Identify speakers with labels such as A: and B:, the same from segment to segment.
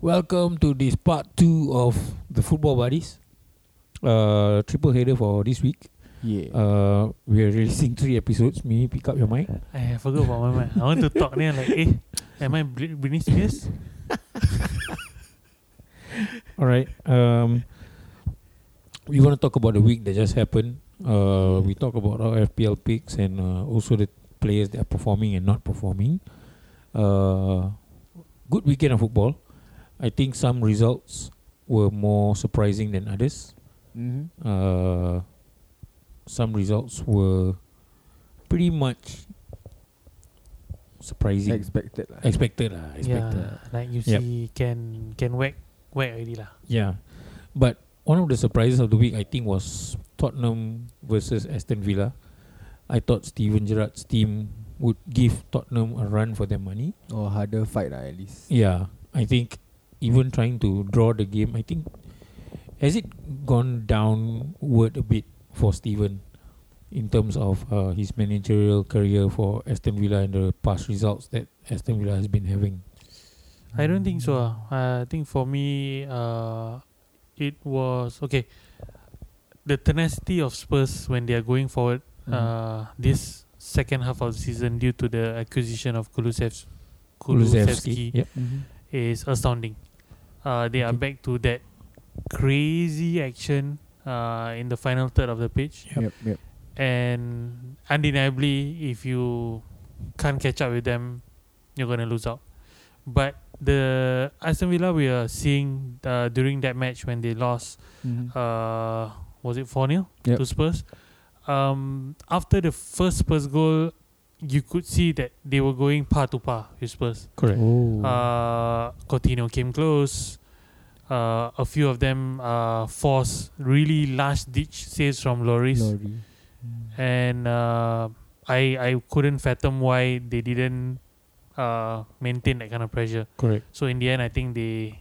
A: Welcome to this part two of the Football Buddies. Uh, triple header for this week.
B: Yeah.
A: Uh, we are releasing three episodes. Mimi, pick up your mic.
C: I forgot about my mind. I want to talk then like, eh, am I Brit- Britney Spears?
A: All right. Um, we want to talk about the week that just happened. Uh, we talk about our FPL picks and uh, also the players that are performing and not performing. Uh, good weekend of football. I think some results were more surprising than others.
B: mm-hmm.
A: uh, some results were pretty much surprising.
B: Expected lah.
A: expected lah, expected.
C: Yeah, like you
A: Yep.
C: see, can can whack whack already lah.
A: Yeah. But one of the surprises of the week, I think, was Tottenham versus Aston Villa. I thought Steven Gerrard's team would give Tottenham a run for their money.
B: Or harder fight lah at least.
A: Yeah, I think even trying to draw the game, I think has it gone downward a bit for Steven in terms of uh, his managerial career for Aston Villa and the past results that Aston Villa has been having.
C: I don't think so. ah. Uh, I think for me, uh, it was okay. The tenacity of Spurs when they are going forward uh, this second half of the season due to the acquisition of Kulusevski, Kulusevski
A: Kulusevski, yep.
B: Mm-hmm.
C: is astounding. Uh, they are
A: Okay.
C: back to that crazy action uh, in the final third of the pitch.
B: Yep. Yep.
C: and undeniably if you can't catch up with them you're going to lose out but the Aston Villa we are seeing uh, during that match when they lost
B: Mm-hmm.
C: uh, was it 4 0
B: Yep.
C: to Spurs um, after the first Spurs goal you could see that they were going par to par with Spurs
A: Correct.
B: Oh.
C: uh, Coutinho came close uh, a few of them uh, forced really last ditch saves from Loris
B: Lorry.
C: and uh, I I couldn't fathom why they didn't uh, maintain that kind of pressure.
A: Correct.
C: So in the end, I think they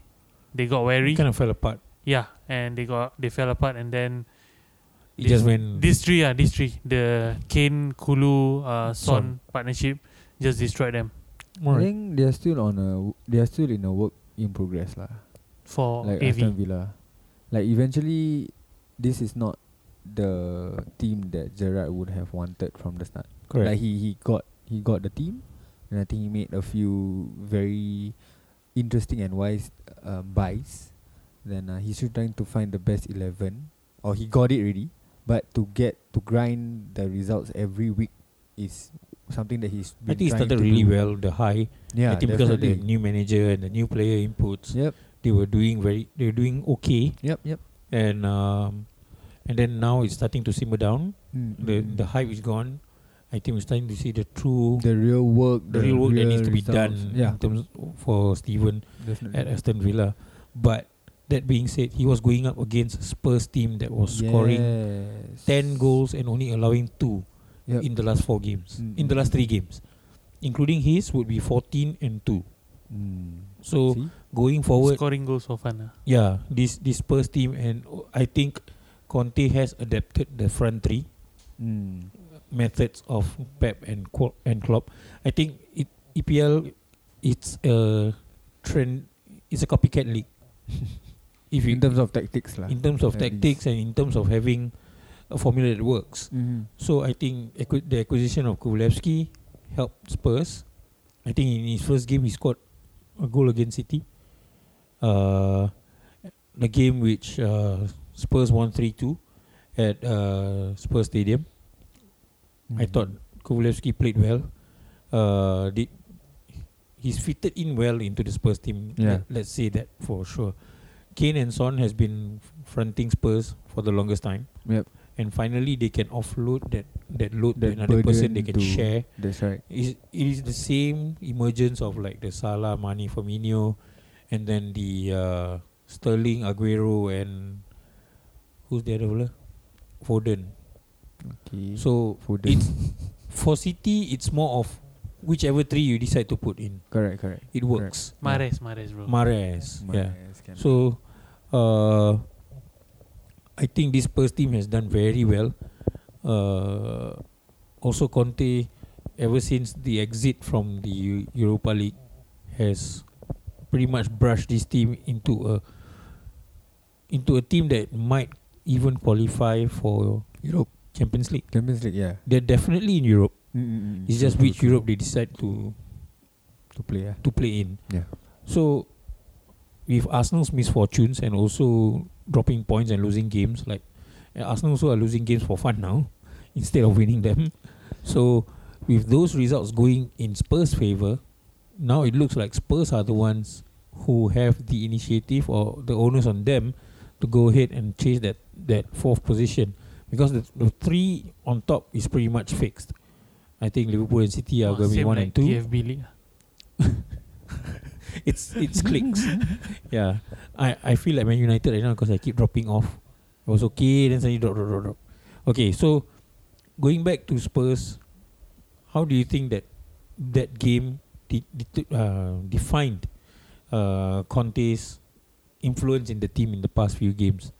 C: they got wary.
A: It kind of fell apart.
C: yeah, and they got they fell apart, and then
A: It
C: This-
A: just went.
C: these three, yeah, these three, the Kane, Kulu, uh,
A: Son.
C: Son, partnership just destroyed them
A: All
B: I
A: right.
B: think they are still on a w- they are still in a work in progress lah.
C: for
B: like Aston
C: AV.
B: Villa. Like eventually, this is not the team that Gerard would have wanted from the start.
A: Correct.
B: Like he he got he got the team, and I think he made a few very interesting and wise uh, buys. Then uh, he's still trying to find the best eleven, or he got it already. But to get to grind the results every week is something that he's.
A: I
B: Been
A: think it
B: trying
A: started
B: to
A: really
B: do.
A: well. The high,
B: Yeah,
A: I think, because of the
B: definitely.
A: new manager and the new player inputs,
B: Yep,
A: they were doing very, they were doing okay,
B: yep, yep.
A: and um, and then now it's starting to simmer down.
B: Mm,
A: the
B: mm,
A: the
B: mm.
A: hype is gone. I think we're starting to see the true the,
B: the real work,
A: real work that
B: real
A: needs to be
B: results.
A: done
B: Yeah,
A: in terms for Steven
B: definitely.
A: at Aston Villa. But that being said, he was going up against a Spurs team that was scoring
B: Yes.
A: ten goals and only allowing two
B: Yep.
A: in the last four games.
B: Mm,
A: In the
B: mm,
A: last three games. Including his would be fourteen and two.
B: Mm.
A: So
B: See?
A: going forward
C: Scoring goals for fun. ah.
A: yeah, this this Spurs team and uh, I think Conte has adapted the front three.
B: Mm.
A: methods of Pep and Klo- and Klopp. I think it, EPL it's a trend. It's a copycat league. if you
B: in terms of tactics lah.
A: in terms of
B: at least.
A: tactics and in terms of having a formula that works.
B: Mhm.
A: So I think acqui- the acquisition of Kulusevski helped Spurs. I think in his first game he scored a goal against City. Uh, the game which uh, Spurs won three two at uh, Spurs Stadium. I
B: Mhm.
A: thought Kovalevsky played well. Uh, did he's fitted in well into the Spurs team?
B: Yeah.
A: Let, us say that for sure. Kane and Son has been fronting Spurs for the longest time.
B: Yep.
A: And finally, they can offload that that load
B: That
A: to another person. They
B: burden
A: can
B: to-
A: share.
B: that's right.
A: Is it is the same emergence of like the Salah, Mane, Firmino, and then the uh, Sterling, Aguero, and who's the other fella? Foden.
B: Okay.
A: So
B: for the
A: it's for City, it's more of whichever three you decide to put in,
B: correct, correct.
A: it works.
C: Mares, Mares, bro.
A: Mares, yeah.
B: Mahrez can-
A: So, uh, I think this Spurs team has done very well. Uh, also, Conte, ever since the exit from the Eu- Europa League, has pretty much brushed this team into a into a team that might even qualify for Europe Champions League.
B: Champions League, yeah. Mm-hmm,
A: They're definitely in Europe.
B: Mm-mm.
A: It's just which Europe they decide to
B: to play, yeah.
A: to play in.
B: Yeah.
A: So with Arsenal's misfortunes and also dropping points and losing games, like uh, Arsenal also are losing games for fun now instead of winning them. So with those results going in Spurs' favor, now it looks like Spurs are the ones who have the initiative or the onus on them to go ahead and chase that, that fourth position because the, the three on top is pretty much fixed. I think Liverpool and City are
C: Oh,
A: going to be
C: same
A: one
C: like
A: and two
C: TFB league.
A: it's it's clicks. yeah, I I feel like Man United right now because I keep dropping off. I was okay, then suddenly drop, drop, drop, drop. Okay, so going back to Spurs, how do you think that that game de- de- uh, defined uh, Conte's influence in the team in the past few games?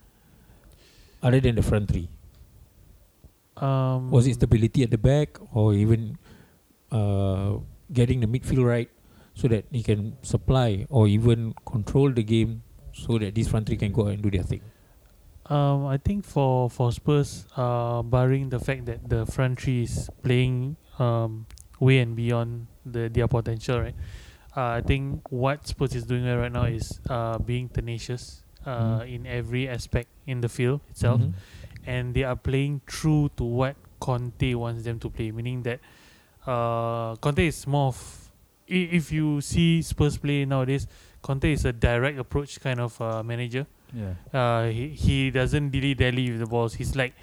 A: Other than the front three,
C: Um,
A: was it stability at the back or even uh, getting the midfield right so that he can supply or even control the game so that these front three can go out and do their thing?
C: Um, I think for for Spurs, uh, barring the fact that the front three is playing um way and beyond the their potential, right? Uh, I think what Spurs is doing well right now is uh being tenacious uh
A: Mhm.
C: in every aspect in the field itself,
A: Mhm.
C: and they are playing true to what Conte wants them to play, meaning that uh Conte is more of i- if you see Spurs play nowadays, Conte is a direct approach kind of uh, manager
B: Yeah.
C: uh, he, he doesn't dilly dally with the balls. He's like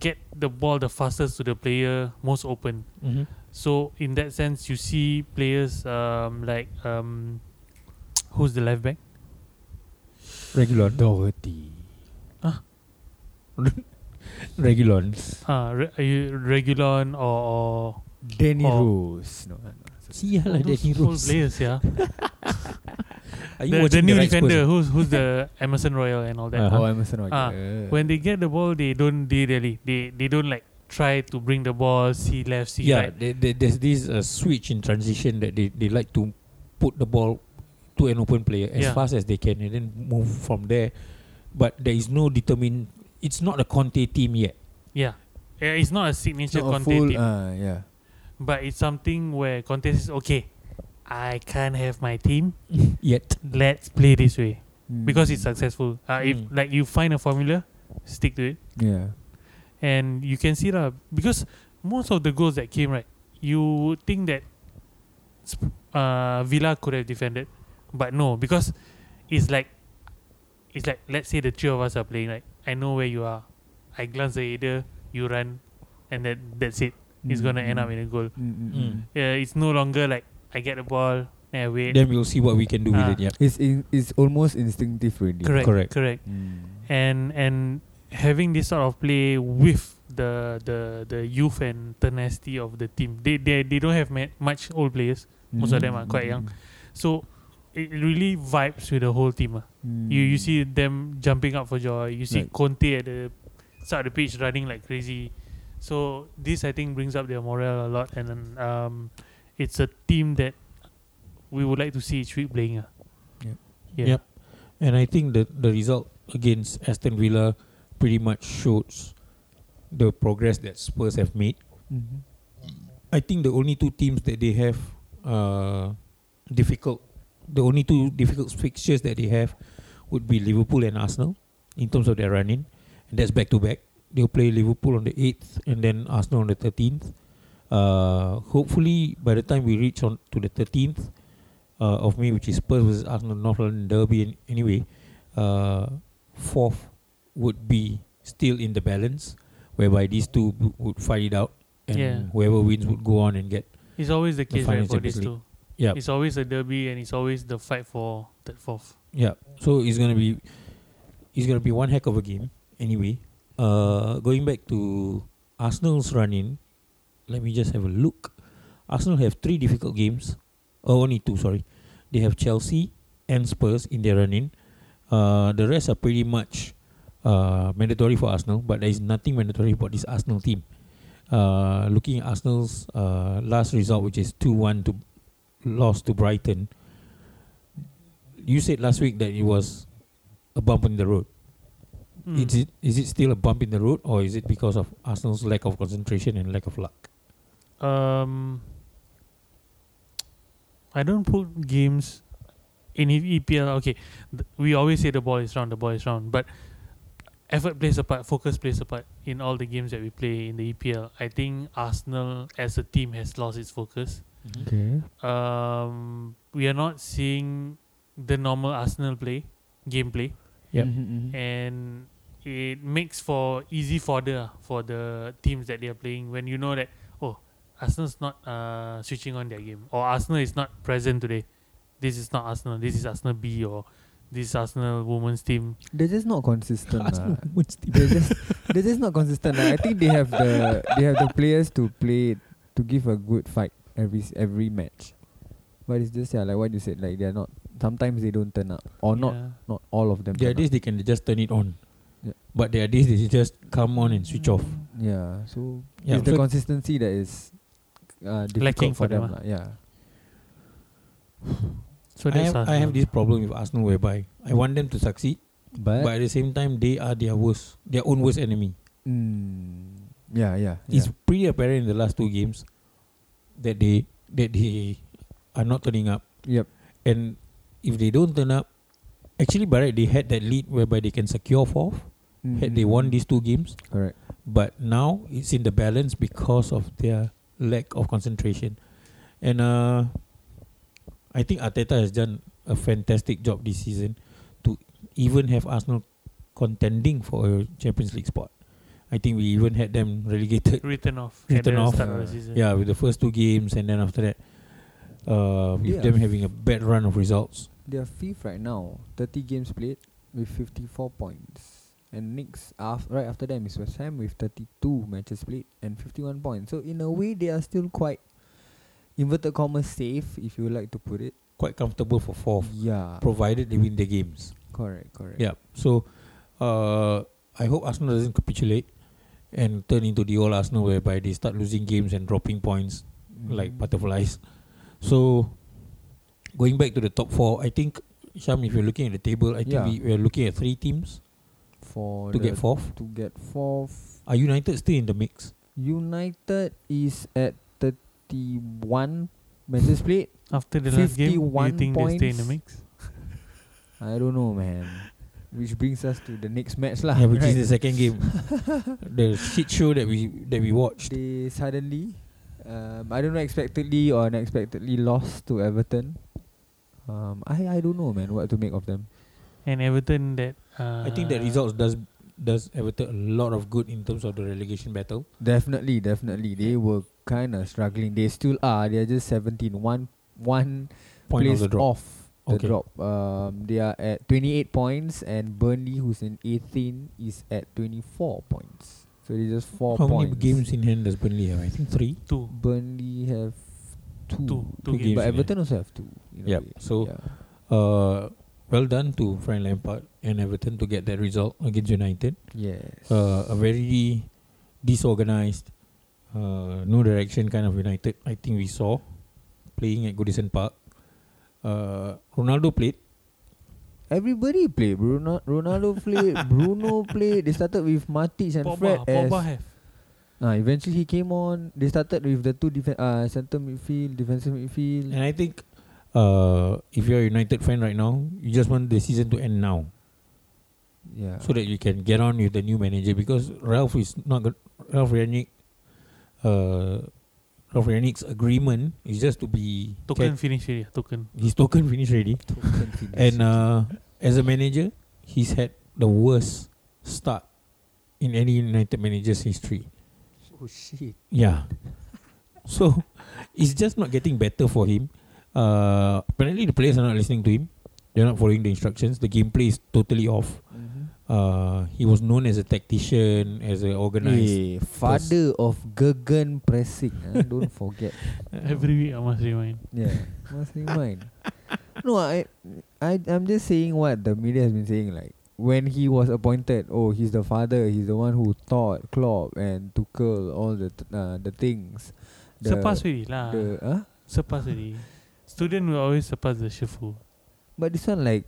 C: get the ball the fastest to the player, most open.
A: Mhm.
C: So in that sense, you see players um, like um, who's the left back?
A: Regulon.
B: Doherty.
A: Regulons.
C: Uh, Re- are you Regulon or, or
B: Danny
A: Oh.
C: Or-
B: Rose. No, no.
A: See,
C: all
A: like
C: those
A: Danny
C: old
A: Rose.
C: players, yeah.
A: Are you
C: the, the
A: watching
C: new
A: right
C: defender,
A: Spurs?
C: who's who's the Emerson Royal and all that.
A: Uh-huh.
B: Oh, Emerson Royal.
C: Ah,
B: yeah.
C: When they get the ball, they don't dilly dally. They they don't like try to bring the ball, see left, see
A: Yeah,
C: right.
A: there, there, there's this uh, switch in transition that they, they like to put the ball to an open player as
C: Yeah.
A: fast as they can and then move from there. But there is no determined. It's not a Conte team yet.
C: Yeah. Yeah, it's not a signature
B: Not a
C: Conte
B: full,
C: team.
B: ah, yeah.
C: But it's something where contest is okay. I can't have my team.
A: yet.
C: Let's play this way because it's
B: Mm.
C: successful. Uh, If
A: Mm.
C: like you find a formula, stick to it,
B: Yeah.
C: and you can see that because most of the goals that came right, you would think that Sp- uh, Villa could have defended, but no because it's like it's like let's say the three of us are playing right. I know where you are. I glance at either you run, and that that's it. It's gonna end
B: Hmm. Mm-hmm.
C: up in a goal.
A: Mm.
B: Mm.
C: uh, it's no longer like I get the ball and I wait.
A: Then we'll see what we can do
C: Ah.
A: with it. Yeah.
B: It's in, it's almost instinctive already.
C: correct,
A: correct.
C: correct,
B: Mm.
C: And and having this sort of play with the the the youth and tenacity of the team, they they they don't have ma- much old players, most of them
B: Mm-hmm.
C: are quite young. so it really vibes with the whole team. ah.
B: Mm.
C: You you see them jumping up for joy. You see
B: Right.
C: Conte at the start of the pitch running like crazy. So this I think brings up their morale a lot, and then, um, it's a team that we would like to see each week playing. ah.
B: Yep.
C: Yeah.
A: Yep. And I think that the result against Aston Villa pretty much shows the progress that Spurs have made.
B: Mhm.
A: I think the only two teams that they have uh, difficult, the only two difficult fixtures that they have would be Liverpool and Arsenal in terms of their running, and that's back to back. They'll play Liverpool on the eighth and then Arsenal on the thirteenth. Uh, hopefully, by the time we reach on to the thirteenth uh, of May, which is Spurs versus Arsenal North London Derby, in, anyway, uh, fourth would be still in the balance, whereby these two w- would fight it out, and
C: Yeah.
A: whoever wins would go on and get
C: It's always the case
A: final
C: right, for
A: Champions
C: these
A: League.
C: two.
A: Yep.
C: It's always a derby and it's always the fight for third, fourth.
A: Yeah. So it's gonna be it's gonna be one heck of a game anyway. Uh going back to Arsenal's run in, let me just have a look. Arsenal have three difficult games. Oh only two, sorry. They have Chelsea and Spurs in their run in. Uh the rest are pretty much uh mandatory for Arsenal, but there is nothing mandatory about this Arsenal team. Uh looking at Arsenal's uh last result which is two one to loss to Brighton you said last week that it was a bump in the road.
C: Mm.
A: Is it is it still a bump in the road, or is it because of Arsenal's lack of concentration and lack of luck?
C: Um, I don't put games in E- EPL. Okay, th- we always say the ball is round, the ball is round, but effort plays a part, focus plays a part in all the games that we play in the EPL. I think Arsenal as a team has lost its focus.
B: Okay.
C: Um, we are not seeing the normal Arsenal play gameplay,
A: Yep.
B: Mm-hmm,
C: and it makes for easy fodder for the teams that they are playing when you know that oh Arsenal's not uh, switching on their game or Arsenal is not present today. This is not Arsenal. This is Arsenal B or this is Arsenal women's team.
B: They're just not consistent.
A: Arsenal
B: lah.
A: women's team.
B: they're just they're just not consistent. lah. I think they have the they have the players to play to give a good fight every s- every match, but it's just yeah like what you said like they're not. Sometimes they don't turn up or not
C: Yeah.
B: not all of them.
A: There are
B: turn
A: days they can just turn it on,
B: Yeah.
A: but there are days they just come on and switch off.
B: up. Yeah. So
A: Yeah,
B: it's the
A: so-
B: consistency that is uh, difficult
C: Lacking
B: for
C: for
B: them.
C: them,
A: ah.
B: lah. Yeah.
A: I
C: So that's
A: have, I have this problem with Arsenal whereby I want them to succeed,
B: But,
A: but at the same time they are their worst, their own worst enemy.
B: mm, yeah, yeah.
A: It's pretty apparent in the last two games that they that they are not turning up,
B: yeah. Yep.
A: and if they don't turn up, actually, by right, they had that lead whereby they can secure fourth.
B: Mm.
A: Had they won these two games,
B: Correct.
A: but now it's in the balance because of their lack of concentration. And uh, I think Arteta has done a fantastic job this season to even have Arsenal contending for a Champions League spot. I think we even had them relegated.
C: written off.
A: Written
C: at the
A: off.
C: Start of
B: Uh,
C: the season.
A: Yeah, with the first two games, and then after that, uh, with
B: Yeah.
A: them having a bad run of results.
B: They are fifth right now. Thirty games played with fifty-four points. And next, af- right after them is West Ham with thirty-two matches played and fifty-one points. So in a way, they are still quite inverted commas safe, if you like to put it.
A: Quite comfortable for fourth,
B: Yeah.
A: provided they win the games.
B: correct. Correct.
A: Yeah. So uh, I hope Arsenal doesn't capitulate and turn into the old Arsenal whereby they start losing games and dropping points
B: Mm.
A: like butterflies. So going back to the top four, I think Sham, if you're looking at the table, I think
B: Yeah.
A: we, we are looking at three teams
B: for
A: to
B: the-
A: get fourth.
B: To get fourth,
A: Are United still in the mix?
B: United is at thirty-one matches played.
C: After the last game, do you
B: 51
C: think they stay in the
B: points.
C: mix?
B: I don't know, man. Which brings us to the next match, lah.
A: yeah, which
B: right?
A: is the second game, the shit show that we that we watched.
B: They suddenly, um, I don't know, expectedly or unexpectedly lost to Everton. Um, I I don't know, man, what to make of them.
C: And Everton that. Uh,
A: I think that results does does Everton a lot of good in terms of the relegation battle.
B: Definitely, definitely, they were kind of struggling. They still are. They are just 17, one one
A: Point
B: place
A: of the drop.
B: off the
A: Okay.
B: drop. Um, they are at 28 points, and Burnley, who's in 18, is at 24 points. So they just four
A: How
B: points.
A: many games in hand does Burnley have? I think three.
C: Two.
B: Burnley have two,
C: Two- two
A: games
B: but
A: in
B: Everton also have two. in a
A: Yep.
B: way.
A: So-
B: yeah.
A: Uh, well done to Frank Lampard and Everton to get that result against United.
B: yes,
A: Uh, a very disorganized, uh, no direction kind of United. I think we saw playing at Goodison Park. Uh, Ronaldo played.
B: Everybody played. Bruno, Ronaldo played. Bruno played. They started with Matic and Fred
C: Pogba,
B: as.
C: Pogba have.
B: Nah, eventually he came on. They started with the two defen- uh, center midfield, defensive midfield.
A: And I think uh, if you're a United fan right now, you just want the season to end now
B: yeah.
A: so that you can get on with the new manager because Ralph is not good. Ralph Ranick, uh, Ralph Ranick's agreement is just to be
C: Token finish already. Token.
A: His token finished already.
B: Eh,
A: And uh, as a manager, he's had the worst start in any United manager's history.
B: oh shit.
A: Yeah. So it's just not getting better for him. Uh, apparently, the players are not listening to him. They're not following the instructions. The gameplay is totally off.
B: Mm-hmm.
A: Uh, he was known as a tactician, as an organizer.
B: Eh, father of Gergen pressing. ah, don't forget.
C: Every week I must remind.
B: Yeah, must remind. no, I, I, I'm just saying what the media has been saying. Like when he was appointed, oh, he's the father. He's the one who taught Klopp and Tuchel all the th- uh, the things. The,
C: surpass already lah.
B: the, huh?
C: Surpass already. Student will always surpass the shifu.
B: But this one like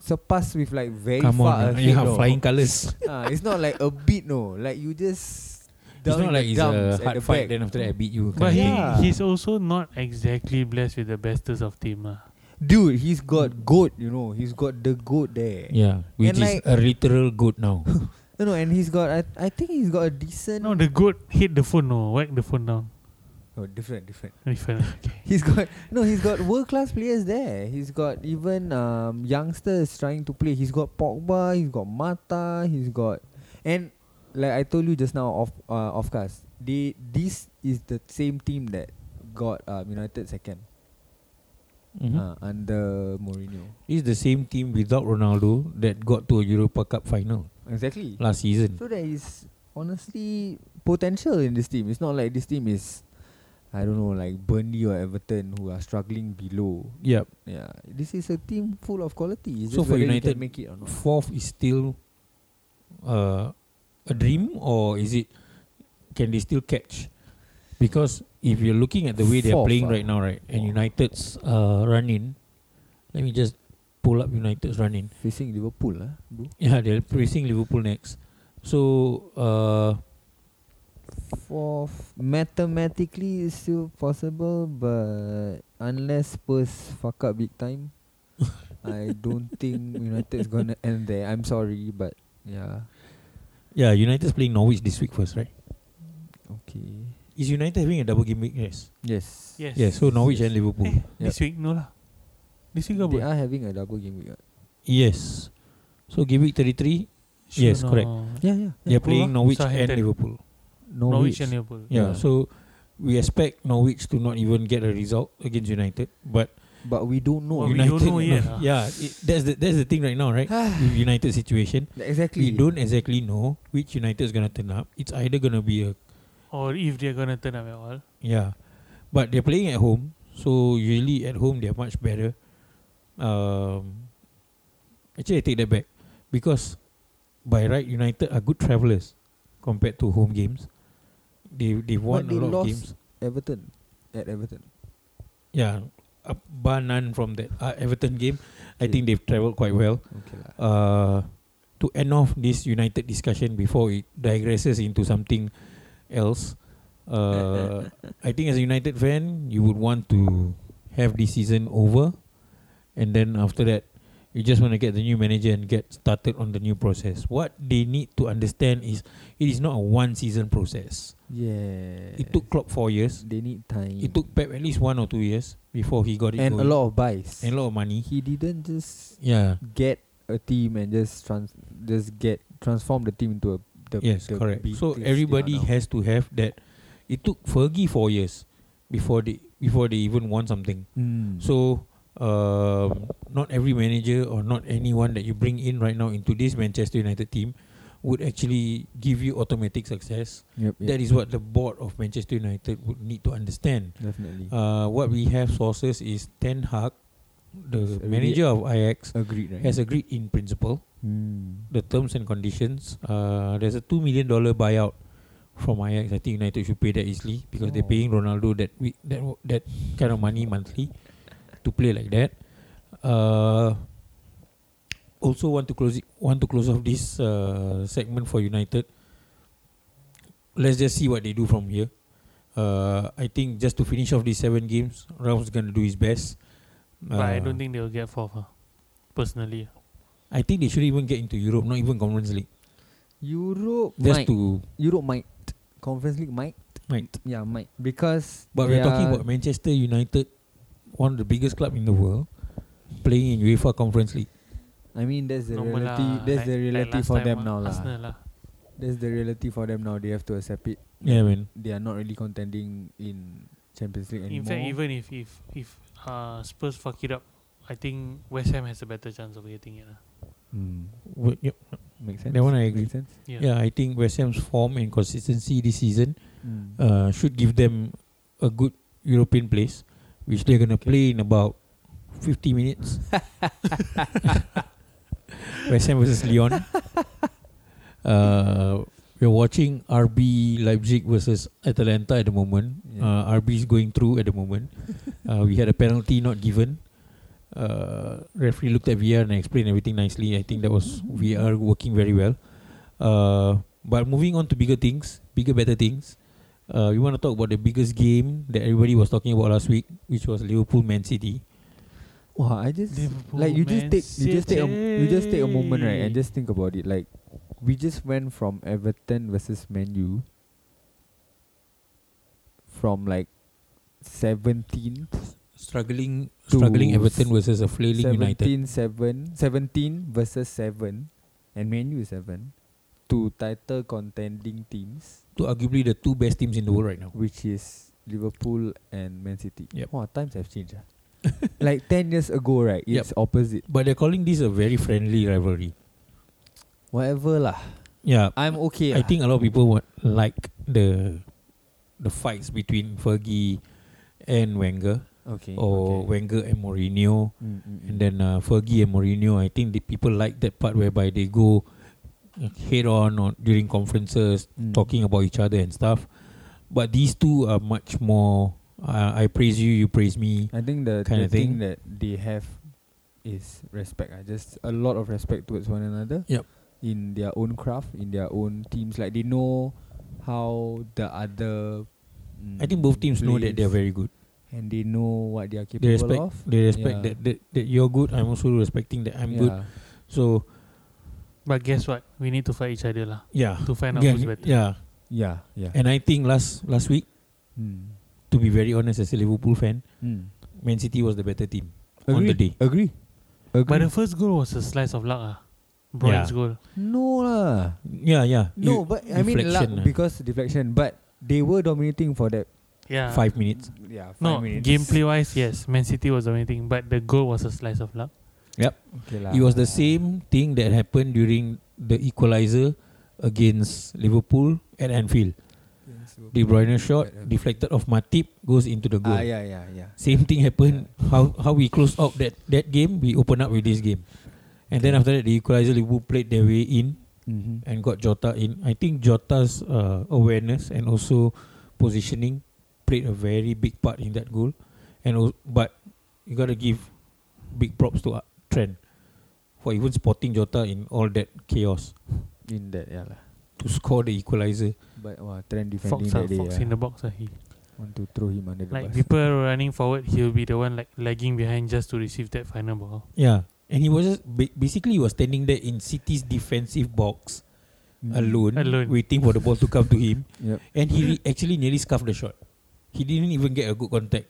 B: surpass with like very
A: Come
B: far
A: on,
B: ahead.
A: yeah,
B: no.
A: flying colors.
B: Ah, it's not like a bit no. Like you just
A: It's
B: down
A: not
B: in
A: like
B: the
A: it's
B: dumps
A: a
B: at
A: hard
B: the
A: fight.
B: back.
A: Then after that, I beat you.
C: But
A: kind of
B: Yeah.
C: he he's also not exactly blessed with the bestest of team. ah. lah.
B: Dude, he's got goat, you know. He's got the goat there.
A: thing. yeah, which
B: And
A: is
B: like-
A: a literal good now.
B: No, no, and he's got I, I think he's got a decent
C: No, the goat hit the phone. No, whack the phone down.
B: Oh, different, different.
C: Different. okay.
B: He's got no, he's got world class players there. He's got even um, youngsters trying to play. He's got Pogba, he's got Mata, he's got and like I told you just now off uh, off cast. They this is the same team that got um, United second
A: Mhm.
B: uh, under Mourinho.
A: It's the same team without Ronaldo that got to a Europa Cup final
B: Exactly.
A: last season.
B: So there is honestly potential in this team. It's not like this team is I don't know like Burnley or Everton who are struggling below.
A: Yeah,
B: Yeah, this is a team full of quality. It's
A: So
B: just
A: for
B: whether you
A: United-
B: can make it or not.
A: fourth is still uh, a dream, or is it? Can they still catch? Because if you're looking at the way they're
B: Fourth,
A: playing
B: ah.
A: right now, right, and
B: Oh.
A: United's uh, run in, let me just pull up United's run in.
B: Facing Liverpool, ah, bro.
A: Yeah, they're facing Liverpool next. So uh,
B: Fourth, mathematically it's still possible, but unless Spurs fuck up big time, I don't think United is gonna end there. I'm sorry, but yeah,
A: yeah, United's playing Norwich this week first, right?
B: okay.
A: Is United having a double game week? Yes.
B: Yes.
C: Yes.
A: Yeah, so Norwich
B: Yes.
A: and Liverpool.
C: Eh, This week no lah. This week
B: They
C: apa?
B: are having a double game week. ah.
A: Yes. So game week 33, Yes, correct.
B: Yeah, yeah.
A: they're playing Norwich and
C: Southampton.
A: Liverpool.
C: Norwich and Liverpool.
B: Yeah.
A: Yeah, so we expect Norwich to not even get a result against United, but
B: But we don't know.
C: Well, we
A: United,
C: don't know yet, ah.
A: yeah, it, that's the that's the thing right now, right? With United situation,
B: exactly.
A: we don't exactly know which United is gonna turn up. It's either gonna be a
C: Or if they're gonna turn up at all.
A: Yeah, but they're playing at home, so usually at home they're much better. Um, actually, I take that back because by right United are good travellers compared to home games. They they won
B: they
A: a lot
B: lost.
A: of games.
B: Everton at Everton.
A: Yeah, uh, bar none from that uh, Everton game. I
B: Okay.
A: think they've travelled quite well.
B: Okay lah.
A: Uh, to end off this United discussion before it digresses into something else, uh, I think as a United fan, you would want to have this season over, and then after that, you just want to get the new manager and get started on the new process. What they need to understand is it is not a one season process.
B: Yeah.
A: It took Klopp four years.
B: They need time.
A: It took Pep at least one or two years before he got it
B: and a
A: going.
B: lot of buys.
A: and a lot of money.
B: He didn't just
A: Yeah.
B: get a team and just trans just get transform the team into a the
A: yes,
B: the
A: correct.
B: big
A: So
B: things they are
A: everybody
B: now.
A: has to have that. It took Fergie four years before they before they even won something.
B: Mm.
A: So um, not every manager or not anyone that you bring in right now into this Manchester United team would actually give you automatic success.
B: yep, yep.
A: That is what the board of Manchester United would need to understand.
B: definitely
A: Uh, what we have sources is Ten Hag, the
B: It's already-
A: manager of Ajax,
B: agreed. Right?
A: has agreed in principle
B: Mm.
A: the terms and conditions. Uh, there's a two million dollar buyout from Ajax. I think United should pay that easily because they're
B: Oh.
A: paying Ronaldo that we, that w- that kind of money monthly to play like that. Uh, also want to close it, want to close off this uh, segment for United. Let's just see what they do from here. Uh, I think just to finish off these seven games, Ram's gonna do his best.
C: But I don't
A: Uh,
C: think they will get fourth. ah. Personally.
A: I think they should even get into Europe, not even Conference League,
B: Europe
A: just
B: might.
A: to
B: Europe might Conference League might
A: Right.
B: yeah might because
A: But
B: they
A: we're talking
B: are-
A: about Manchester United, one of the biggest club in the world, playing in UEFA Conference League.
B: I mean that's the
C: Normal
B: reality
C: lah,
B: that's
C: uh, like-
B: the
C: like
B: reality
C: last
B: for
C: time
B: them
C: ah,
B: now lah.
C: Arsenal lah.
B: That's the reality for them now. They have to accept it.
A: Yeah, man.
B: They are not really contending in Champions League anymore.
C: In fact, even if if if uh, Spurs fuck it up, I think West Ham has a better chance of getting it. ah. lah.
B: mm.
A: W- yep.
B: makes sense.
A: That one I agree.
B: Makes sense.
C: Yeah.
A: Yeah, I think West Ham's form and consistency this season
B: Mm.
A: uh, should give them a good European place, which they're gonna play in about 50 minutes. West Ham versus Lyon. Uh, we're watching RB Leipzig versus Atalanta at the moment.
B: Yeah.
A: Uh, RB is going through at the moment. uh, we had a penalty not given. uh, referee looked at VR and explained everything nicely. I think that was VR working very well. Uh, but moving on to bigger things, bigger, better things. Uh, we want to talk about the biggest game that everybody was talking about last week, which was Liverpool Man City.
B: Wow, I just
C: Liverpool,
B: like you just
C: Man
B: take you just take a, you just take a moment right and
C: City.
B: just think about it. Like we just went from Everton versus Man U from like seventeenth
A: Struggling,
B: To
A: struggling
B: s-
A: Everton versus a flailing
B: 17
A: United.
B: 7 17 versus 7 and Man U is 7 to title contending teams
A: To arguably the two best teams in the world right now.
B: which is Liverpool and Man City.
A: Yep.
B: Wow, times have changed. ah. like 10 years ago right,
A: Yep.
B: it's opposite.
A: But they're calling this a very friendly rivalry.
B: Whatever lah.
A: Yeah,
B: I'm okay. ah.
A: I
B: lah.
A: think a lot of people would like the the fights between Fergie and Wenger,
B: okay.
A: or
B: Mm, okay.
A: Wenger and Mourinho,
B: Mm, mm, mm.
A: and then uh, Fergie and Mourinho. I think the people like that part whereby they go head on or during conferences,
B: Mm.
A: talking about each other and stuff. But these two are much more. Uh, I praise you, you praise me.
B: I think the,
A: kinda
B: the thing.
A: thing.
B: that they have is respect. I just a lot of respect towards one another.
A: Yup.
B: In their own craft, in their own teams, like they know how the other. mm,
A: I think both teams know that they are
B: plays
A: very good.
B: and they know what they are capable
A: They respect.
B: of.
A: They respect
B: Yeah.
A: that, that that you're good. I'm also respecting that I'm good.
B: Yeah.
A: So
C: But guess what? We need to fight each other lah
A: yeah,
C: to find out
A: yeah,
C: who's better.
A: yeah.
B: Yeah, yeah.
A: And I think last last week,
B: mm.
A: to be very honest, as a Liverpool fan,
B: Mm.
A: Man City was the better team
B: Agree.
A: on the day.
B: Agree. Agree.
C: But the first goal was a slice of luck ah. Brian's goal.
B: no lah.
A: Yeah, yeah.
B: No,
A: You-
B: but I mean luck
A: reflection, uh,
B: because deflection. But they were dominating for that.
C: Yeah.
A: five minutes.
B: Yeah. Five
C: No,
B: minutes.
C: gameplay wise, yes, Man City was dominating, but the goal was a slice of luck.
B: Okay lah.
A: It was the same thing that happened during the equalizer against Liverpool at Anfield. De Bruyne shot deflected off Matip goes into the goal.
B: Ah, yeah, yeah, yeah.
A: Same thing happened. How how we close out that that game, we open up with this game, and then after that the equalizer Liverpool played their way in.
B: Mm-hmm.
A: and got Jota in. I think Jota's uh, awareness and also positioning played a very big part in that goal. And al- but you gotta give big props to uh, Trent for even spotting Jota in all that chaos
B: In that, yeah lah.
A: to score the equalizer.
B: But wow, trend defending
C: Fox, ah,
B: that day.
C: Fox
B: ah.
C: in the box. Ah, he.
B: Want to throw him under the
C: Like
B: bus.
C: people running forward, he'll be the one like lagging behind just to receive that final ball.
A: Yeah, and he was just ba- basically he was standing there in City's defensive box
B: Mm.
A: alone,
C: Alone.
A: waiting for the ball to come to him.
B: Yep.
A: And he re- actually nearly scuffed the shot. He didn't even get a good contact.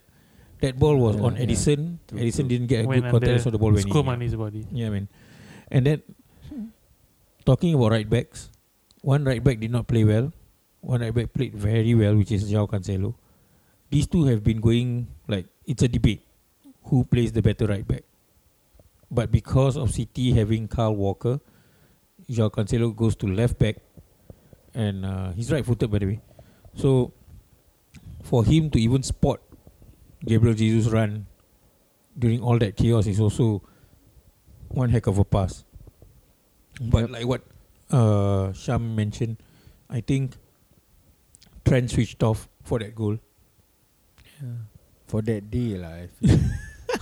A: That ball was
B: Yeah,
A: on
B: yeah.
A: Edison.
B: True,
A: Edison
B: true.
A: didn't get a
C: Went
A: good contact,
C: under,
A: so the ball went
C: Score
A: in.
C: on his body.
A: Yeah, man. And then, talking about right backs, one right back did not play well. One right back played very well, which is Jao Cancelo. These two have been going like it's a debate who plays the better right back. But because of City having Carl Walker, Jao Cancelo goes to left back, and uh, he's right footed by the way. So, for him to even spot Gabriel Jesus' run during all that chaos is also one heck of a pass. But like what uh, Sham mentioned, I think Trent switched off for that goal.
B: Yeah. For that day lah. I feel.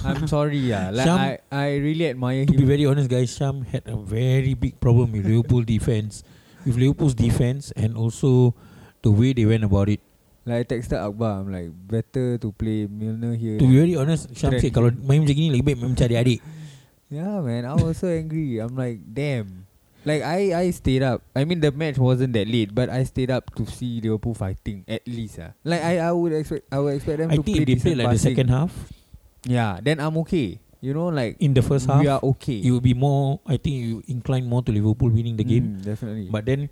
B: I'm sorry ah. Like
A: Syam-
B: I, I really admire
A: To be
B: him.
A: very honest, guys, Sham had a very big problem with Liverpool defense, with Liverpool's defense, and also the way they went about it.
B: Like I texted Akbar, I'm like better to play Milner here.
A: To be very honest, Sham
B: Trent.
A: said kalau main macam ni lebih baik main macam adik-adik.
B: Yeah, man. I was so angry. I'm like, damn. Like I, I stayed up. I mean, the match wasn't that late, but I stayed up to see Liverpool fighting at least. Ah, like I, I would expect, I would expect them
A: I
B: to
A: think
B: play
A: if they
B: decent
A: played like the
B: passing.
A: second half,
B: Yeah, then I'm okay. You know, like
A: in the first half,
B: we are okay.
A: it would be more, I think you incline more to Liverpool winning the game.
B: Mm, definitely.
A: But then,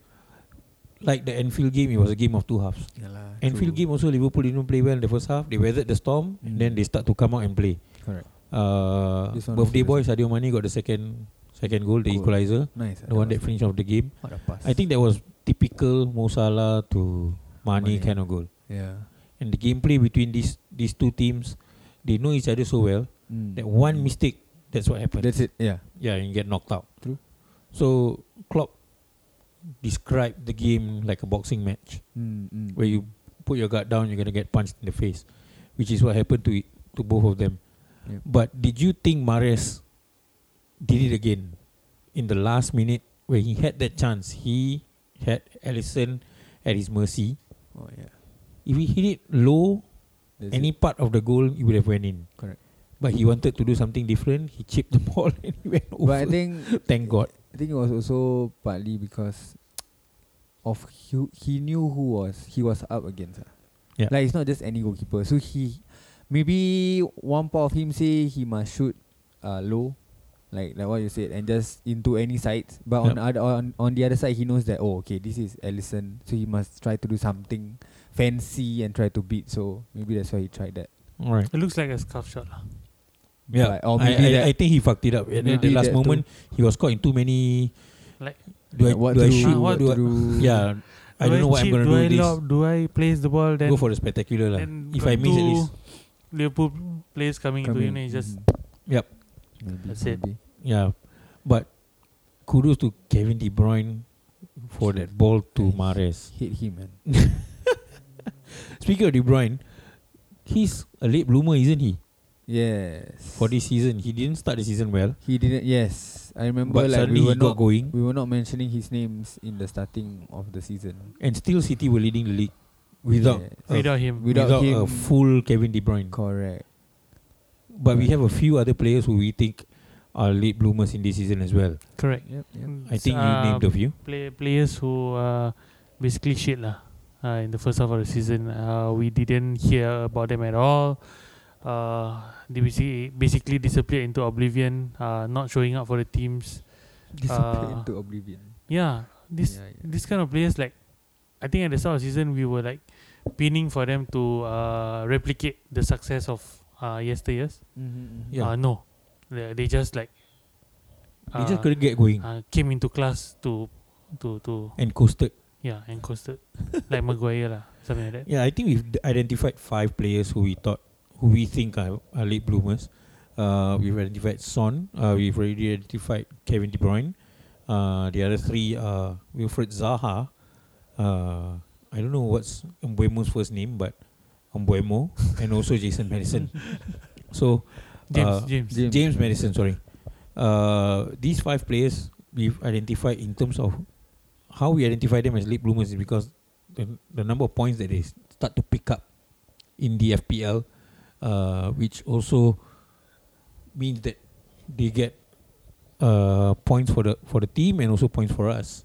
A: like the Enfield game, it was a game of two halves.
B: yeah lah,
A: Enfield
B: true.
A: game also Liverpool didn't play well in the first half. They weathered the storm
B: Mm.
A: and then they start to come out and play.
B: Correct.
A: Uh,
B: This one
A: birthday boy
B: also
A: Sadio Mane got the second second goal, the
B: Goal.
A: equalizer,
B: Nice. ah,
A: the one
B: was
A: that finished off the game.
B: What a pass.
A: I think that was typical Mo Salah to Mane,
B: Mane.
A: kind of goal.
B: Yeah.
A: And the gameplay between these these two teams, they know each other so well
B: Mm.
A: that one mistake, that's what happens.
B: That's it. Yeah.
A: Yeah, and you get knocked out.
B: True.
A: So Klopp described the game like a boxing match.
B: Mm, mm.
A: where you put your guard down, you're gonna get punched in the face, which is what happened to it, to both of them.
B: Yep.
A: But did you think Mares did it again in the last minute where he had that chance? He had Allison at his mercy.
B: Oh yeah.
A: If he hit it low,
B: That's
A: any
B: it.
A: part of the goal, it would have went in.
B: Correct.
A: But he wanted to do something different. He chipped the ball and he went over.
B: But I think
A: Thank God.
B: I think it was also partly because of he, he knew who was he was up against. ah.
A: Yeah.
B: Like it's not just any goalkeeper. So he maybe one part of him say he must shoot uh, low, like like what you said, and just into any side. But on
A: Yup.
B: other on, on the other side he knows that oh okay this is Allison, so he must try to do something fancy and try to beat. So maybe that's why he tried that.
A: All right.
C: It looks like a scarf shot. lah.
A: Yeah.
B: But- or
A: I,
B: maybe
A: I,
B: that-
A: I think he fucked it up. And at
B: Maybe
A: the last
B: that
A: moment, he was caught in too many.
C: Like-
A: do I,
B: What
A: do
B: to
A: I
B: do,
A: shoot?
B: Ah, what
A: do
B: to
A: I,
B: do.
A: Yeah. I
C: Do
A: don't know what I'm
C: chip,
A: going to
C: do.
A: do.
C: I
A: this.
C: lob? Do I place the ball? Then
A: Go for the spectacular lah.
C: then
A: If
C: got
A: I miss at
C: two
A: least.
C: Liverpool players coming,
B: Come
C: into
B: in.
C: you know, just
B: Mm.
A: Yup.
B: Maybe,
C: That's it.
B: maybe.
A: Yeah. But kudos to Kevin De Bruyne for that ball to Mares.
B: Hit him man.
A: Speaking of De Bruyne, he's a late bloomer, isn't he?
B: Yes.
A: For this season, he didn't start the season well,
B: He didn't. Yes, I remember.
A: but
B: like
A: suddenly
B: we were
A: he got
B: not
A: going,
B: we were not mentioning his names in the starting of the season.
A: and still City were leading the league without
B: Yeah.
A: a-
C: without him.
B: Without
A: without, a
B: him.
A: full Kevin De Bruyne.
B: Correct.
A: But we
B: Right.
A: have a few other players who we think are late bloomers in this season as well.
C: Correct.
B: Yep. Yep.
A: I think
C: uh,
A: you named a few.
C: play, players who uh, basically shit lah. Uh, in the first half of the season, uh, we didn't hear about them at all. Uh, they basically, basically disappeared into oblivion, uh, not showing up for the teams.
B: Disappeared
C: Uh,
B: into oblivion.
C: Yeah, this
B: Yeah, yeah.
C: this kind of players like, I think at the start of the season we were like pinning for them to uh, replicate the success of uh, yesteryears.
A: Yeah.
C: Uh, no, they, they just like
A: He just couldn't get going
C: uh, came into class to to to
A: and coasted.
C: Yeah, and coasted. like Maguire lah, something like that.
A: Yeah, I think we've d- identified five players who we thought, who we think are, are late bloomers. Uh, we've identified Son. Uh, we've already identified Kevin De Bruyne. Uh, the other three are Wilfred Zaha. Uh, I don't know what's Mbuemo's first name, but Mbuemo and also Jason Madison. So
C: James,
A: uh,
C: James.
B: James.
A: James Madison, sorry. Uh, these five players we've identified in terms of how we identify them as late bloomers is because the, the number of points that they s- start to pick up in the FPL, uh, which also means that they get uh, points for the for the team and also points for us.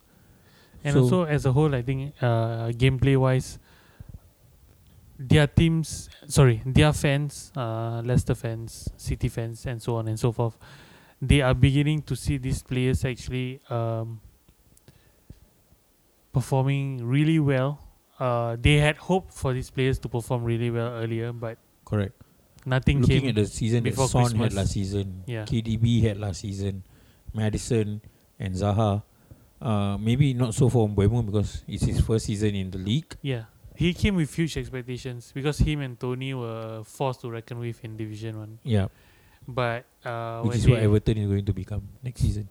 C: And
A: so-
C: also as a whole, I think uh, gameplay wise, their teams, sorry, their fans, uh, Leicester fans, City fans, and so on and so forth, they are beginning to see these players actually um, performing really well. Uh, they had hoped for these players to perform really well earlier, but
A: Correct.
C: nothing
A: Looking
C: came.
A: at the season that
C: before
A: Son had
C: Christmas.
A: last season,
C: Yeah.
A: KDB had last season, Madison and Zaha. Uh, maybe not so for Mbuemo because it's his first season in the league.
C: Yeah. He came with huge expectations because him and Tony were forced to reckon with in Division One.
A: Yeah,
C: But uh,
A: which
C: when
A: is
C: they-
A: what Everton is going to become next season.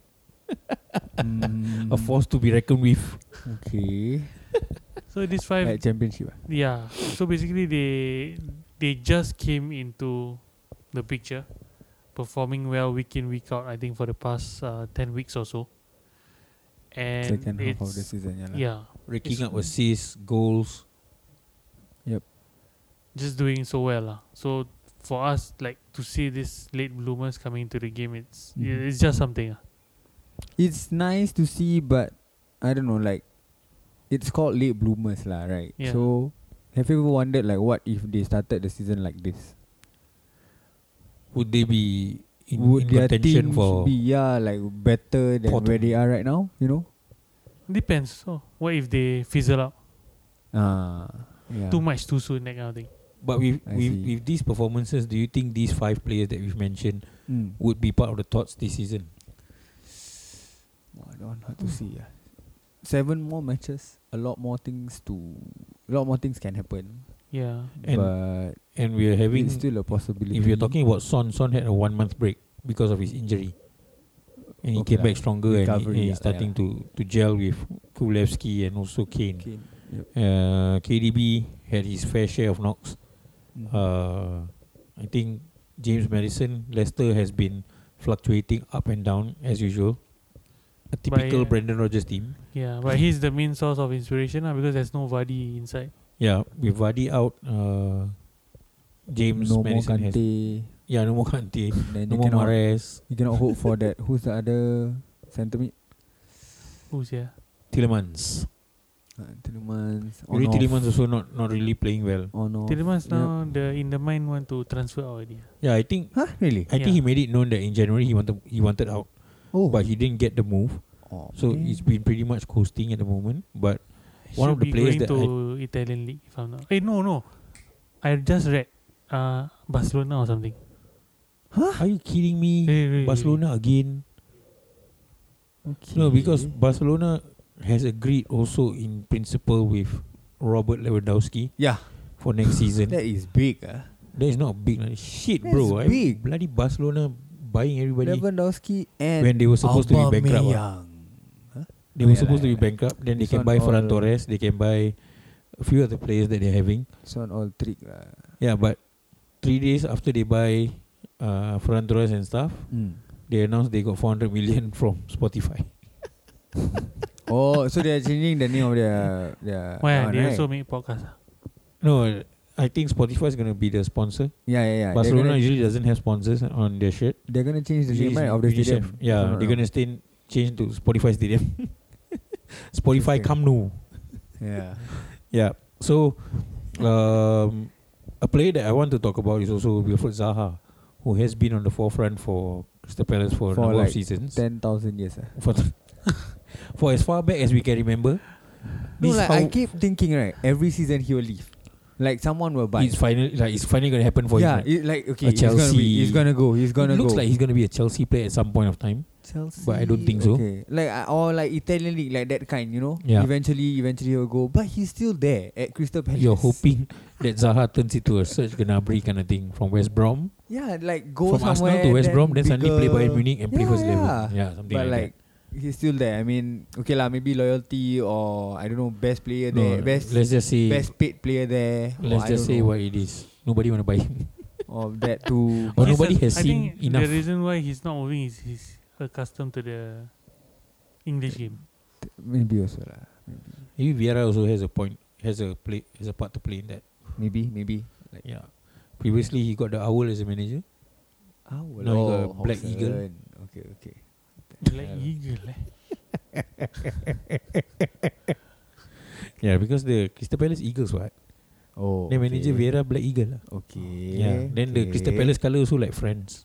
B: Mm,
A: A force to be reckoned with.
B: Okay.
C: so these five,
B: Like championship. ah.
C: yeah. So basically, they they just came into the picture, performing well week in week out. I think for the past uh, ten weeks or so. And
B: Second half of
C: it's-
B: the season. Yeah. lah.
C: yeah,
A: Raking
C: It's-
A: up assists, goals.
C: just doing so well lah. So for us, like to see this late bloomers coming into the game, it's
A: Mm-hmm.
B: Mhm.
C: it's just something. ah.
B: It's nice to see, but I don't know. Like, it's called late bloomers, lah. Right.
C: Yeah.
B: So, have you ever wondered like what if they started the season like this?
A: Would they be in,
B: Would
A: in
B: their
A: contention
B: teams
A: for?
B: be yeah like better than
A: Bottom.
B: where they are right now? You know.
C: Depends. So what if they fizzle out?
B: Ah. Yeah.
C: too much too soon that kind of thing.
A: But with
B: I
A: with,
B: see.
A: with these performances, do you think these five players that we've mentioned
B: Mm.
A: would be part of the thoughts this season?
B: Wah, that one hard to see. Yeah. Seven more matches, a lot more things to, a lot more things can happen.
C: Yeah.
A: And
B: but
A: And we're having
B: it's still a possibility.
A: If you're talking about Son, Son had a one month break because of his injury. And he
B: Okay
A: came
B: lah.
A: back stronger and, he,
B: Recovery,
A: and
B: yeah,
A: he's starting
B: yeah.
A: to, to gel with Kulevski and also Kane.
B: okay, yep.
A: Uh, KDB had his fair share of knocks.
B: Mm.
A: Uh, I think James Madison, Leicester has been fluctuating up and down as usual. A typical
C: uh,
A: Brendan Rodgers team. Mm.
C: Yeah, but he's the main source of inspiration lah because there's no Vardy inside.
A: Yeah, with Vardy out, uh, James
B: no more
A: Madison has
B: Kante.
A: yeah no more Kante,
B: Then you
A: no more
B: cannot
A: Mares,
B: you cannot hope for that. Who's the other centre mid?
C: Who's here?
A: Tillemans.
B: Uh, Tillemans.
A: Yuri
B: on-off,
A: Tillemans also not not really playing well.
B: on-off.
C: Tillemans
B: Yep.
C: now the in the mind want to transfer out already.
A: Yeah, I think
B: Huh? Really?
A: I think
C: Yeah.
A: he made it known that in January he wanted he wanted out,
B: Oh,
A: but he didn't get the move.
B: oh
A: So he's been pretty much coasting at the moment. But One
C: Should
A: of the
C: be
A: players that
C: going to Italian league if I'm not. Hey, no, no. I just read uh, Barcelona or something.
A: are you kidding me?
C: Really, really, really.
A: Barcelona again? No, because Barcelona has agreed also in principle with Robert Lewandowski
B: yeah,
A: for next season.
B: that is big. Ah,
A: that is not big like, shit,
B: That
A: bro.
B: is
A: I-
B: big.
A: bloody Barcelona buying everybody
B: Lewandowski and
A: when they were supposed to be bankrupt. ah.
B: Aubameyang. Huh?
A: They were
B: Yeah,
A: supposed
B: yeah,
A: to be bankrupt. Then they
B: This
A: can
B: one
A: buy Ferran
B: all-
A: Torres. They can buy a few other players that they're having.
B: This one all trick uh. lah.
A: Yeah, but three days after they buy uh, Ferran Torres and stuff,
B: Mm.
A: they announced they got 400 million from Spotify.
B: oh, so they are changing the name of their their.
C: Why?
B: one,
C: they
B: right?
C: also make podcast. ah?
A: No, I think Spotify is going to be the sponsor.
B: yeah, yeah, yeah. They're
A: Barcelona
B: gonna,
A: usually doesn't have sponsors on their shit.
B: they're gonna change the
A: Usually
B: name
A: it's
B: right, of the
A: UNICEF.
B: stadium.
A: Yeah, they're going to stay change to Spotify Stadium. Spotify
B: Interesting.
A: Camp Nou.
B: Yeah.
A: Yeah. So, um, a player that I want to talk about is also Wilfred Zaha, who has been on the forefront for Crystal Palace for,
B: For
A: a number
B: like
A: of seasons.
B: Ten thousand years. Ah.
A: For, for as far back as we can remember,
B: No,
A: this
B: like
A: how
B: I keep thinking right. Every season he will leave. Like someone will buy.
A: it's finally like it's finally going to happen for
B: yeah,
A: him. right?
B: it, like okay,
A: A
B: he's gonna, be,
A: Chelsea.
B: he's gonna go. He's gonna
A: It looks
B: go.
A: like he's going to be a Chelsea player at some point of time.
B: Chelsea.
A: But I don't think so.
B: Okay. Like uh, or like Italian league, like that kind, you know.
A: Yeah.
B: Eventually, eventually he'll go, but he's still there at Crystal Palace.
A: You're hoping that Zaha turns into a Serge Gnabry kind of thing from West Brom,
B: Yeah, like go
A: from
B: somewhere.
A: Arsenal to West
B: then
A: Brom, then suddenly play
B: bigger.
A: Bayern Munich and play
B: Yeah,
A: first
B: yeah.
A: level. Yeah, something
B: But
A: like,
B: like, he's still there. I mean, okay lah, maybe loyalty or I don't know, best player
A: that.
B: there,
A: No,
B: best
A: let's just say
B: best paid player there. or
A: Let's
B: I
A: just
B: don't
A: say
B: know,
A: what it is. Nobody want to buy him.
B: of that too.
A: Or
C: He's
A: nobody
C: a-
A: has
C: I
A: seen
C: think
A: enough.
C: The reason why he's not moving is he's accustomed to the English game.
B: maybe also lah.
A: Maybe Vieira also has a point, has a play, has a part to play in that.
B: Maybe, maybe. Like,
A: Yeah. Previously, he got the owl as a manager.
B: oh,
A: Now you got Black Eagle.
B: Okay, okay.
C: Like
A: Yeah.
C: eagle. Eh?
A: Yeah, because the Crystal Palace Eagles what?
B: Oh,
A: The manager
B: okay.
A: Vieira Black Eagle lah.
B: Okay.
A: Yeah. Then the
B: okay.
A: Crystal Palace Ya, colour also like friends.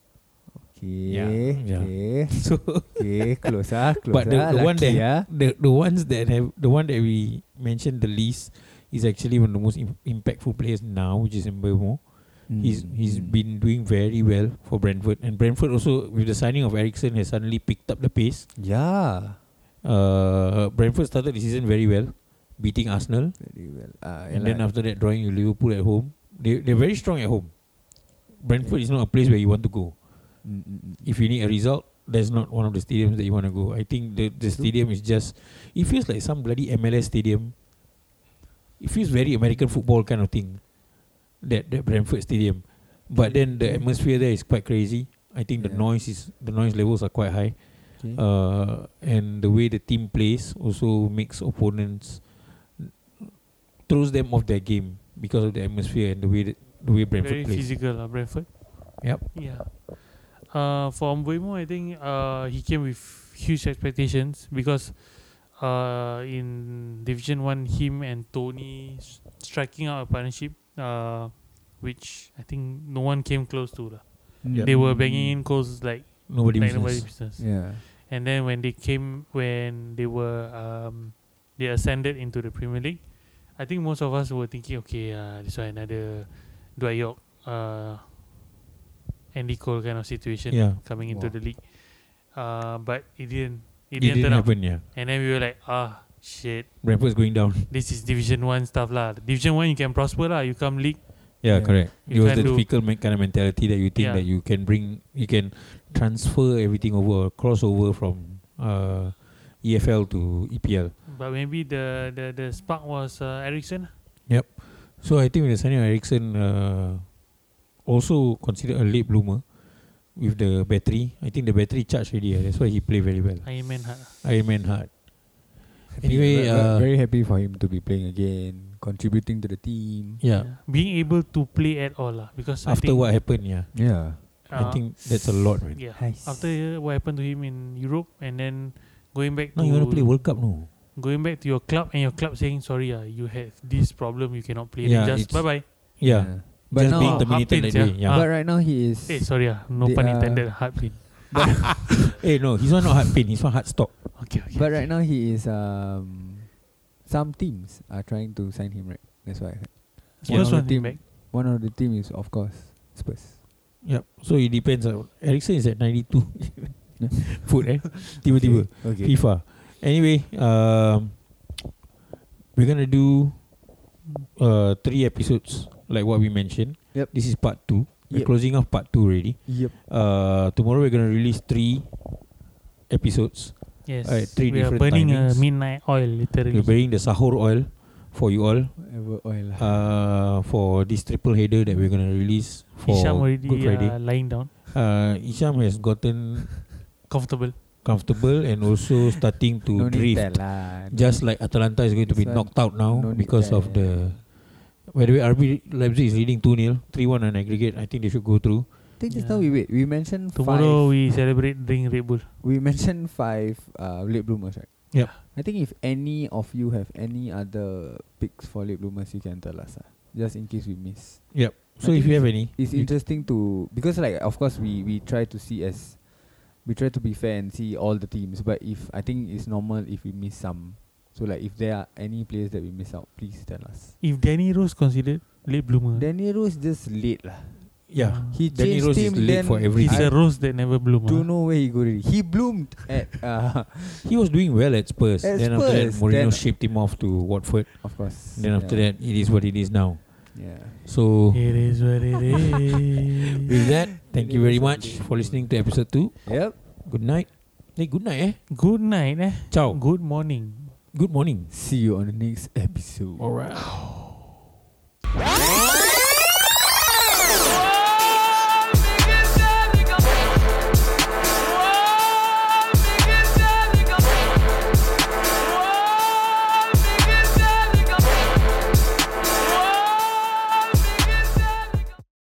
B: Okay.
A: Yeah, yeah.
B: Okay.
A: So
B: okay. Close ah. Close
A: But the,
B: ah.
A: the one that
B: Lucky ah.
A: the the ones that have the one that we mentioned the least is actually one of the most Im- impactful players now, which is Mbeumo. He's he's
B: Mm.
A: been doing very well for Brentford, and Brentford also with the signing of Ericsson has suddenly picked up the pace.
B: Ya. Yeah.
A: Uh, Brentford started the season very well, beating Arsenal,
B: Very well. Ah,
A: and
B: yeah
A: then
B: lah.
A: after that drawing Liverpool at home. They they're very strong at home. Brentford is not a place where you want to go.
B: Mm, mm, mm.
A: If you need a result, that's not one of the stadiums that you want to go. I think the the stadium is just it feels like some bloody MLS stadium. It feels very American football kind of thing. That that Brentford stadium. But then the atmosphere there is quite crazy. I think the
B: Yeah.
A: noise is the noise levels are quite high.
B: Okay.
A: Uh, and the way the team plays also makes opponents throws them off their game because of the atmosphere and the way that, the way Brentford
C: Very
A: plays.
C: physical, uh, Brentford.
A: Yep.
C: Yeah. Uh, for Mbeumo, I think uh, he came with huge expectations because uh, in Division 1, him and Tony s- striking out a partnership uh, which I think no one came close to. lah.
A: Yep.
C: They were banging in goals like,
A: Nobody
C: like
A: misses.
C: nobody's business.
B: Yeah.
C: And then when they came, when they were, um, they ascended into the Premier League, I think most of us were thinking, okay, uh, this one another Dwight York, uh, Andy Cole kind of situation
A: Yeah.
C: coming into
B: Wow.
C: the league. Uh, but it didn't, it,
A: It
C: didn't,
A: didn't
C: turn up.
A: happen, yeah.
C: And then we were like, ah, shit,
A: Brentford's going down.
C: this is Division 1 stuff lah. Division 1, you can prosper lah. You come league,
A: Yeah,
B: Yeah.
A: correct.
C: You
A: it was
C: can
A: the
C: do-
A: typical me- kind of mentality that you think
C: Yeah.
A: that you can bring, you can transfer everything over, cross over from uh, EFL to E EPL.
C: but maybe the, the, the spark was uh, Ericsson.
A: So I think with the signing of Ericsson, uh, also considered a late bloomer with the battery. I think the battery charged already. ah. That's why he play very well.
C: Iron Man hard.
A: Iron Man hard.
B: Happy-
A: Anyway,
B: ve- ve-
A: uh,
B: very happy for him to be playing again, contributing to the team.
A: Yeah.
C: Being able to play at all lah because I
A: After
C: think,
A: what happened, yeah.
B: Yeah.
A: I
C: uh,
A: think that's a lot, right?
C: yeah.
B: Nice.
C: After what happened to him in Europe and then going back
A: Now
C: to
A: you want to play World Cup, no?
C: going back to your club and your club saying sorry ah you have this problem you cannot play
A: Yeah,
C: yeah, just
A: it's-
C: bye bye.
A: Yeah.
B: But
A: Just
B: now,
A: being
C: heartpain
A: terminated like
C: sia.
A: that. Yeah.
B: but right now he is.
C: Eh sorry ah no
B: They
C: pun
B: are-
C: intended heartbeat.
A: Eh no, he's one not heart pain, he's one heart stop.
C: Okay okay.
B: But right now he is. Um, some teams are trying to sign him. Right. That's why I heard.
C: Spurs
B: one of the
C: want him
B: team-
C: back.
B: One of the team is of course Spurs.
A: Yep. So it depends. on Ericsson is at 92.
B: Yeah.
A: Food eh. Tiba-tiba.
B: Okay.
A: FIFA. Anyway, um, we're gonna do uh, three episodes like what we mentioned.
B: Yep.
A: This is part two. We're
B: Yep.
A: closing off part two already.
B: Yep.
A: Uh, tomorrow we're gonna release three episodes.
C: Yes.
A: Alright, three
C: we are
A: different
C: burning a
A: timings.
C: midnight oil literally.
A: We're burning the sahur oil for you all
B: Whatever oil. lah.
A: uh, for this triple header that we're gonna release for
C: Isham
A: Good
C: already
A: Friday.
C: uh, lying down
A: Uh, Isham has gotten
C: comfortable.
A: comfortable and also starting to
B: no need
A: drift.
B: tell lah.
A: Just like Atalanta is going to be
B: This one,
A: knocked out now
B: no need
A: because
B: that.
A: of the. By the way, RB Leipzig is leading 2 0, 3 1 on aggregate. I think they should go through.
B: I think just
C: Yeah.
B: now we wait. We mentioned
C: Tomorrow
B: five.
C: we celebrate drink Red Bull.
B: We mentioned five uh, late bloomers, right?
A: Yep.
B: I think if any of you have any other picks for late bloomers, you can tell us. Uh, just in case we miss.
A: So
B: I
A: if
B: think
A: you have any.
B: It's
A: you-
B: interesting to because like of course we we try to see as we try to be fair and see all the teams. But if I think it's normal if we miss some. So like if there are any players that we miss out, please tell us.
C: If Danny Rose considered late bloomer,
B: Danny Rose just late lah.
A: yeah.
B: He
A: Danny
B: changed
A: Rose is
B: team.
A: late
B: then
A: for
C: he's
A: everything.
C: a rose that never bloomed.
B: don't
C: ah.
B: know where he go really. He bloomed at uh,
A: He was doing well at Spurs.
B: At
A: then after that,
B: Spurs,
A: Mourinho
B: then-
A: shipped him off to Watford.
B: of course.
A: Then after
B: yeah.
A: that, it is what it is now.
B: yeah.
A: So
C: It is what it is.
A: with that, thank you very much
B: Sunday.
A: for listening to episode 2.
B: Yep.
A: Good night. Hey, good night eh.
C: Good night eh.
A: Ciao.
C: Good morning.
A: Good morning.
B: See you on the next episode.
A: All right.